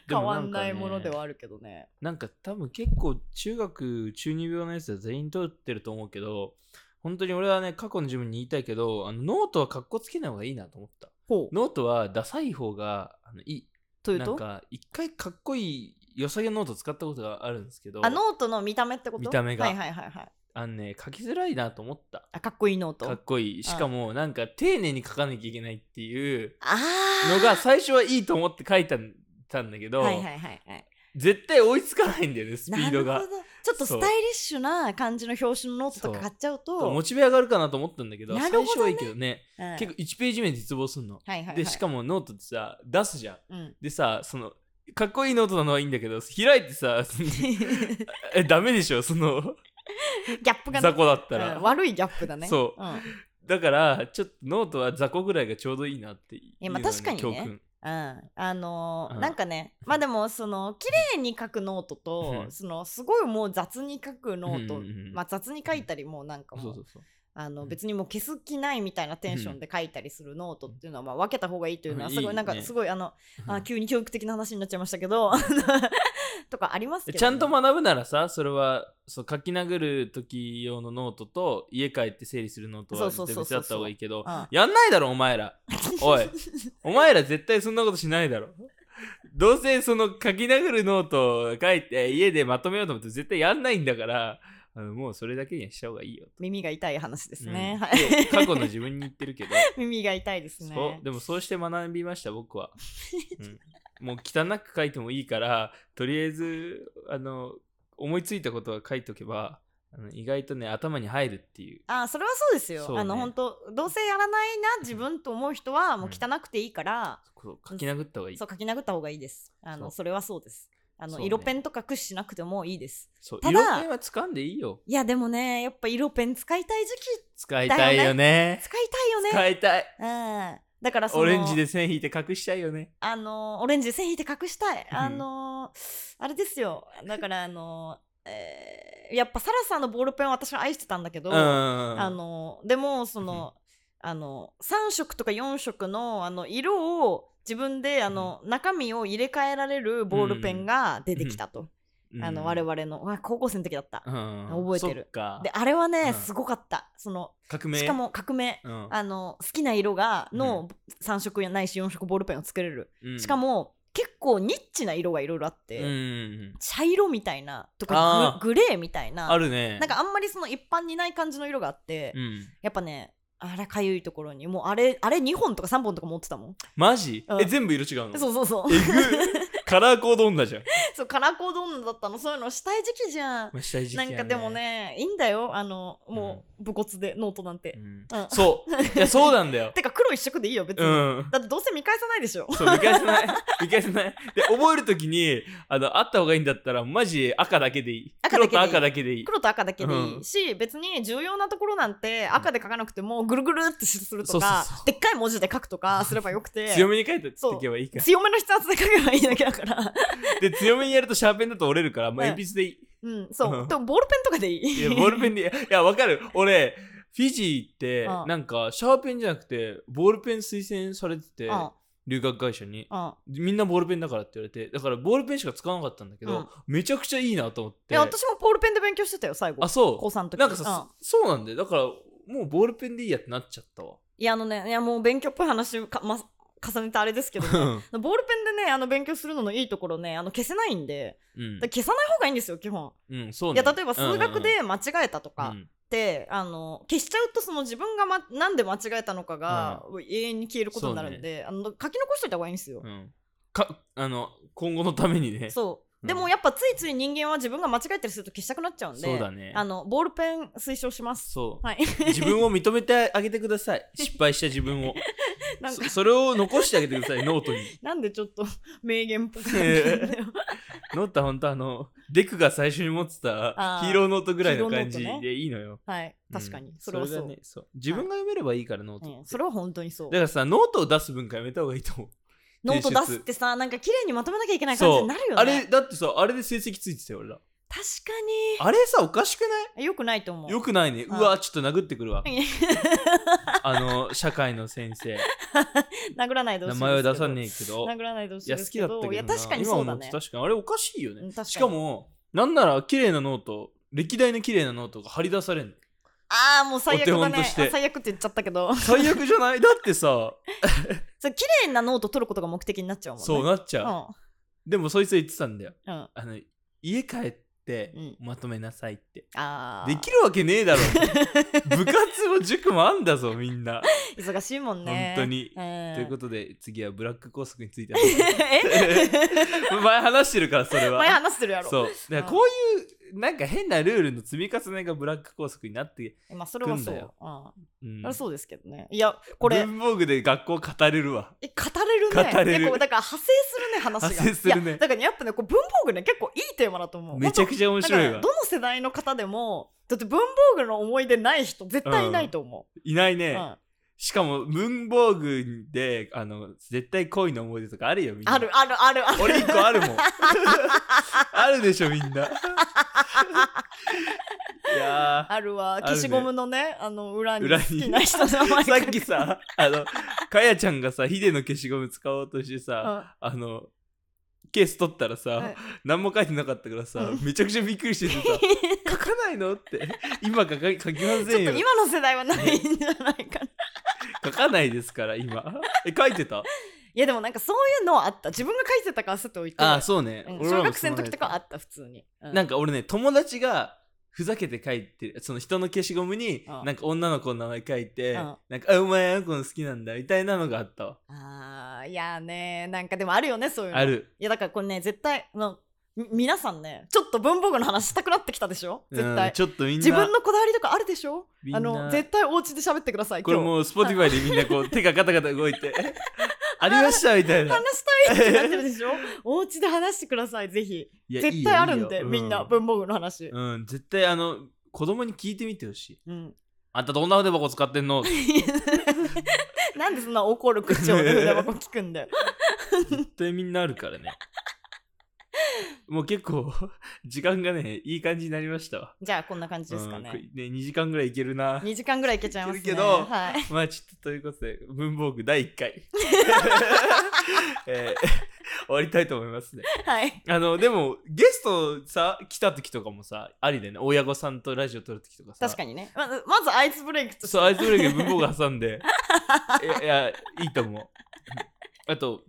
S2: 変わんないもので
S3: でもなんかね
S2: はあるけどね。
S3: なんか多分結構中学中二病のやつは全員取ってると思うけど本当に俺はね過去の自分に言いたいけどあのノートはかっこつけない方がいいなと思った
S2: ほう
S3: ノートはダサい方があのいい
S2: という
S3: なん
S2: と
S3: か一回かっこいい良さげノート使ったことがあるんですけど
S2: あノートの見た目ってこと
S3: 見た目が
S2: はいはいはいはい。
S3: あのね書きづらいなと思った
S2: あかっこいいノート。
S3: かっこいいしかもなんか丁寧に書かなきゃいけないっていう
S2: ああ
S3: のが最初はいいと思って書いたんたんだけど、
S2: はいはいはいはい。
S3: 絶対追いつかないんだよねスピード
S2: な
S3: が
S2: るほどちょっとスタイリッシュな感じの表紙のノートとか買っちゃうと
S3: モチベ上がるかなと思ったんだけど
S2: なるほど
S3: 最
S2: ね
S3: 初はいいけどね、
S2: うん
S3: 結構1ページ目で絶望すんの、
S2: はいはいはい、
S3: でしかもノートってさ出すじゃん
S2: も、うん、
S3: でさそのかっこいいノートなのはいいんだけど開いて さえダメでしょその
S2: ギャップがね
S3: 雑魚だったら、
S2: うん悪いギャップだね、
S3: そうん
S2: うん
S3: だからちょっとノートは雑魚ぐらいがちょうどいいなっていうのが
S2: いやまあ確かにね
S3: 教訓
S2: あのー
S3: うん
S2: なんかねまあでもその綺麗に書くノートと、
S3: うん
S2: そのすごいもう雑に書くノート、
S3: うんうんうん
S2: まあ、雑に書いたりもうなんかもう
S3: そうそうそう
S2: あ
S3: う
S2: の
S3: ん
S2: 別にもう消す気ないみたいなテンションで書いたりするノートっていうのはまあ分けた方がいいというのは
S3: うん
S2: すごい
S3: いい
S2: なんか
S3: ね
S2: すごいあの
S3: う
S2: あ
S3: ん
S2: 急に教育的な話になっちゃいましたけど とかありますけど、ね、
S3: ちゃんと学ぶならさそれはそう書き殴る時用のノートと家帰って整理するノートは
S2: そう
S3: 絶対
S2: そうそう
S3: 別
S2: そう
S3: だった方がいいけど
S2: うん
S3: やんないだろお前らお いお前ら絶対そんなことしないだろどうせその書き殴るノートを書いて家でまとめようと思って絶対やんないんだからあのもうそれだけにはした方がいいよ
S2: 耳が痛い話ですね、
S3: うん
S2: はい
S3: 過去の自分に言ってるけど、
S2: 耳が痛いですね
S3: そうでもそうして学びました僕 は、うんもう汚く書いてもいいからとりあえずあの思いついたことは書いとけばあの意外とね頭に入るっていう
S2: あそれはそうですよ、
S3: そうね
S2: あの本当どうせやらないな自分と思う人はもう汚くていいから、
S3: そう書き殴った方がいい
S2: そう書き殴った方がいいですあ
S3: そ
S2: の
S3: う
S2: それはそうですあの
S3: そうね
S2: 色ペンとか駆使しなくてもいいです
S3: そう
S2: た
S3: 色
S2: だ
S3: ペンは掴んでいいよ
S2: いやでもねやっぱ色ペン使いたい時期
S3: 使いたいよね
S2: 使いたいよね
S3: 使いたい
S2: うんだ からその
S3: オレンジで線引いて隠したいよね
S2: あのオレンジ線引いて隠したい
S3: うん
S2: あのあれですよだからあの、えーやっぱサラさんのボールペンは私は愛してたんだけど、
S3: うんあ
S2: あのでもその、あの3色とか4色のあの色を自分であの、中身を入れ替えられるボールペンが出てきたと、あの我々のうわ高校生の時だった、
S3: うん
S2: 覚えてる
S3: そっか
S2: であれはね、
S3: うん
S2: すごかったその
S3: 革命
S2: しかも革命
S3: うん
S2: あの好きな色が
S3: う
S2: の3色やないし4色ボールペンを作れる、
S3: うん
S2: しかも結構ニッチな色がいろいろあっ
S3: う
S2: て、
S3: んうんうん
S2: 茶色みたいなと
S3: あ
S2: か
S3: ー
S2: ググレーみたいな
S3: あるね
S2: なんかあんまりその一般にない感じの色があって、
S3: うん
S2: やっぱね、あれかゆいところに、もうあれ、あれ2本とか3本とか持ってたもん。
S3: マジ
S2: うん
S3: え全部色違うの
S2: そうそうそう。
S3: えぐカラーコード女じゃん。
S2: そう、カラコードンだったの、そういうのしたい時期じゃん。
S3: まあ下敷き
S2: な
S3: や
S2: んかでも。ね、いいんだよ、あの、もう、武骨で、ノートなん
S3: う
S2: て。
S3: ん
S2: うん
S3: そう。いや、そうなんだよ。
S2: てか、黒一色でいいよ、別に。
S3: うん。
S2: だってどうせ見返さないでしょ。
S3: そう、見返さない。見返さない。で、覚えるときに、あの、あった方がいいんだったら、マジ赤だけでいい。
S2: 赤だけでいい
S3: 黒と赤だけでいい。
S2: 黒と赤だけでい
S3: うん
S2: いし、別に重要なところなんて赤で書かなくてもぐるぐるってすると
S3: そ
S2: か
S3: うそうそう
S2: でっかい文字で書くとかすればよくて
S3: 強めに書いておけばいいから。
S2: 強めの筆圧で書けばいいだけだから、
S3: で、強めにやるとシャーペンだと折れるから、もう
S2: うん
S3: 鉛筆でい
S2: うん、そう、
S3: うん
S2: でもボールペンとかでい
S3: い。
S2: い
S3: いや、ボールペンでいい。いや、わかる。俺、フィジーって、
S2: うん
S3: なんか、シャーペンじゃなくて、ボールペン推薦されてて、
S2: うん
S3: 留学会社に。
S2: うん
S3: みんなボールペンだからって言われてだからボールペンしか使わなかったんだけど、
S2: うん
S3: めちゃくちゃいいなと思っ
S2: い
S3: て
S2: や私もボールペンで勉強してたよ最後
S3: あそ
S2: 高3の
S3: う
S2: 時
S3: なんか
S2: うん
S3: さ、そうなん だよだからもうボールペンでいいやってなっちゃったわ
S2: いやあのねいやもう勉強っぽい話か、ま、重ねたあ れですけどねボールペンでねあの勉強するののいいところねあの消せないんで
S3: うん
S2: だから消さない方がいいんですよ基本。
S3: うん、そう
S2: い
S3: ね
S2: や例えば数学で間違えたと
S3: うん
S2: か
S3: うんうん
S2: って、あの消しちゃうとその自分が、ま、なんで間違えたのかが、永遠に消えることになるんで、あの書き残しといた方がいいんですよ。
S3: うんうんかあの今後のためにねそ
S2: そう
S3: うん
S2: でもやっぱついつい人間は自分が間違えたりすると消したくなっちゃうん
S3: う
S2: で
S3: だね
S2: あのボールペン推奨します。
S3: そう、
S2: はい、
S3: 自分を認めてあげてください失敗した自分を
S2: なんか
S3: そそれを残してあげてくださいノートに
S2: なんでちょっと 名言っぽくなってんだ よ
S3: ノートは本当あのデクが最初に持ってた
S2: あー
S3: ヒーローノートぐらいの感じ
S2: ヒーローノートね
S3: でいいのよ、
S2: はい
S3: うん
S2: 確かに、それはそう
S3: がねそう自分が読めればいいからノートって、
S2: うんそれは本当にそう
S3: だからさノートを出す文化やめた方がいいと思う
S2: ノート
S3: 提出
S2: 出すってさなんか綺麗にまとめなきゃいけない感じ
S3: そう
S2: になるよね
S3: あれだってさあれで成績ついてたよ俺ら
S2: 確
S3: あれさおかしくな
S2: かによくないと思う
S3: いよくないねう
S2: はい
S3: わちょっと殴ってくるわ あの社会の先 生
S2: 殴らないでほ
S3: 名
S2: しい
S3: 前は出さ
S2: え
S3: ねえけど
S2: 殴らないでほし
S3: い
S2: い
S3: や
S2: で
S3: 好
S2: す
S3: き
S2: け
S3: だっ
S2: ど
S3: たけどない
S2: や確かにそうだ
S3: 今思
S2: ね
S3: うと確かにあれおかしいよね
S2: うん確かに
S3: しかもなんなら綺麗なノート歴代の綺麗なノートが貼り出されんの
S2: ああもう最悪
S3: お手
S2: だ
S3: 本と
S2: ね
S3: して
S2: あ最悪って言っちゃったけど
S3: 最悪じゃないだってさ
S2: そう綺麗なノート取ることが目的になっちゃうもんね
S3: そうなっちゃう、でもそいつは言ってたんだよ
S2: うん、うん、あ
S3: あの家帰って
S2: うん
S3: まとめなさいって、
S2: あ
S3: できるわけねえ だろ部活も塾もあんだぞみんな、
S2: 忙しいもんね
S3: 本当に
S2: うん、
S3: ということで次はブラック校則について
S2: え
S3: 前話してるからそれは
S2: 前話してるやろ
S3: そうだからこういうなんか変なルールの積み重ねがブラック校則になって、
S2: まあそれはそ
S3: 来ん
S2: う、
S3: だ
S2: うん、
S3: ようん
S2: それはそうですけどねいやこれ
S3: 文房具で学校語れるわ
S2: え語れるね
S3: 語れる
S2: いやこうだから派生するね話が
S3: 派生するね
S2: いやだからねやっぱねこう文房具ね結構いいテーマだと思う
S3: めちゃくちゃ面
S2: 面
S3: 白いわ
S2: どの世代の方でもだって文房具の思い出ない人絶対いないと思、
S3: いないうね、
S2: うん
S3: しかも文房具であの絶対恋の思い出とかあるよみんな
S2: あるあるあるある
S3: 俺一個あるもん あるでしょみんないや
S2: あるわ
S3: るね
S2: 消しゴムのねあの裏に
S3: 裏
S2: 好
S3: に
S2: きな人の名前が
S3: ーさっきさあのかやちゃんがさヒデの消しゴム使おうとして
S2: う
S3: さ、
S2: ん
S3: あのケース取ったらさ、
S2: はい
S3: 何も書いてなかったからさ、
S2: う
S3: めちゃくちゃびっくり しててさ書かないのって今書か書きま
S2: ち
S3: せん
S2: ょっと
S3: よ
S2: 今の世代はないんじゃないかない
S3: 書かないですから今え書いてた
S2: やでもなんかそういうのはあった自分が書いてたからすっておいて
S3: ああそうね、
S2: うん
S3: 俺ら
S2: 小
S3: も
S2: 学生の時とかはあ
S3: そ
S2: った普通に、う
S3: のなんか俺ね友達がふざけて書いてるその人の消しゴムに
S2: うん
S3: なんか女の子の名前書いて
S2: うん
S3: なんかあお前あの子の好きなんだみたいなのがあったわ
S2: あーいやーねなんかでもあるよねそういうの
S3: ある
S2: いやだからこれね絶対あのみ皆さんねちょっと文房具の話したくなってきたでしょ絶
S3: うん
S2: 対、
S3: ちょっとみんな
S2: 自分のこだわりとかあるでしょ
S3: みんな
S2: あの絶対お家で喋ってください
S3: これ
S2: 今日
S3: もう Spotify でみんなこう手がガタガタ動い てありましたみたいな
S2: 話したいってなってる でしょお家で話してくださいぜひ
S3: いやい
S2: 絶
S3: いよ
S2: 対あるんで
S3: いいよ
S2: みんな
S3: う
S2: 文房具の話、うん
S3: うん、絶対あの子供に聞いてみてほしいあんたどんな筆箱使ってんの
S2: なんでそんな怒る口調で筆箱聞く んだよ
S3: 絶対みんなあるからねもう結構時間がねいい感じになりましたわ
S2: じゃあこんな感じですか
S3: うんこ
S2: ね、
S3: ね2時間ぐらいいける な
S2: 2時間ぐらいいけちゃいますね
S3: いけるけど
S2: はい
S3: まあちょっとということで文房具第1回、 えー終わりたいと思いますね
S2: はい
S3: あのでもゲストさ来た時とかもさありでね親御さんとラジオ撮る時とかさ
S2: 確かにねまずまずアイスブレイクとして
S3: そうアイスブレイクで文房具挟んで いやいやいいと思うあと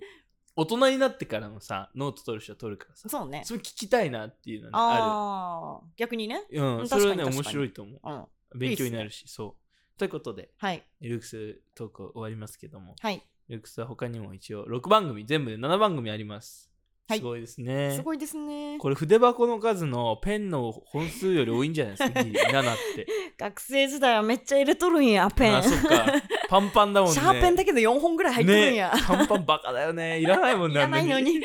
S3: 大人になってからもさノート取る人は取るからさ
S2: そうね
S3: それ聞きたいなっていうのねあ
S2: ああ逆にね
S3: るう
S2: うんん
S3: それはね
S2: 確かに
S3: 面
S2: 確かに
S3: 白いと思
S2: うん
S3: う勉強になるしそうということで
S2: はい
S3: ルークストーク終わりますけども
S2: はい
S3: ルークスは他にも一応6番組全部で7番組あります
S2: はい
S3: すごいですね、
S2: すごいですね
S3: これ筆箱の数のペンの本数より多いんじゃないです か7って
S2: 学生時代はめっちゃ入れとるんやペン
S3: あそっかパンパンだもんね
S2: シャーペンだけで4本ぐらい入っとるんや、
S3: ね、パンパンバカだよねいらないもん
S2: い
S3: ねあ
S2: ら
S3: ん
S2: ないのに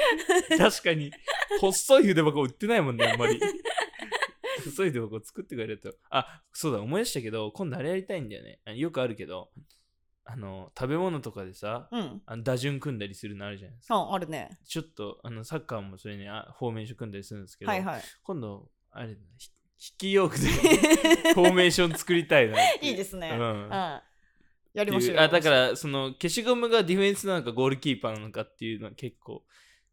S3: 確かに細い筆箱売ってないもんねあんまり細い筆箱作ってくれるとあそうだ思い出したけど今度あれやりたいんだよねあよくあるけどあの食べ物とかでさ
S2: うん
S3: あの打順組んだりするのあるじゃないですか
S2: ああるね
S3: ちょっとあのサッカーもそれにあフォーメーション組んだりするんですけど、
S2: はい はい
S3: 今度あれだひ筆記用具でフォーメーション作りたいなって
S2: いいですね
S3: う
S2: うんんやりま
S3: っ
S2: してょ
S3: いううあだかららその消しゴムがディフェンスなのかゴールキーパーなのかっていうのは結構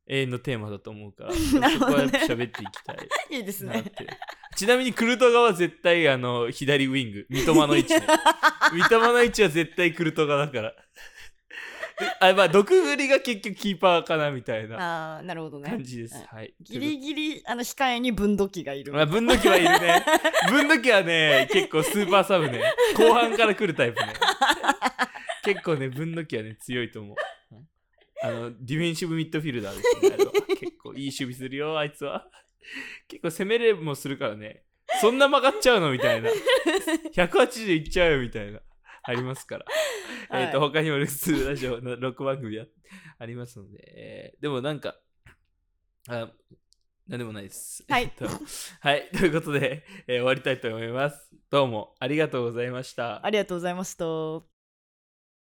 S3: 永遠のテーマだと思うから
S2: なるほど
S3: そこは
S2: ね
S3: やっぱ喋っていきたい
S2: いいです
S3: なって
S2: ね
S3: ちなみにクルトガは絶対あの左 ウィング三笘の位置ね三笘の位置は絶対クルトガだからあまあ毒振りが結局キーパーかなみたいな
S2: あーなるほどね
S3: 感じです。
S2: うん
S3: はい。
S2: ギリギリあの控えに分度器がいる、
S3: まあ、分度器はいる ね。分度器はね、結構スーパーサブね。後半から来るタイプ ね。結構ね、分度器はね、強いと思う。あの、ディフェンシブミッドフィルダーですね。あの結構いい守備するよ、あいつは。結構攻めれもするからね。そんな曲がっちゃうのみたいな。180いっちゃうよ、みたいな。ありますから。えっ、と、
S2: は
S3: 他にもルックスラジオの6番組あありますので、えーでもなんか、あ、なんでもないです。
S2: はい
S3: えっ とはい、ということで、えー終わりたいと思います。どうもありがとうございました。
S2: ありがとうございました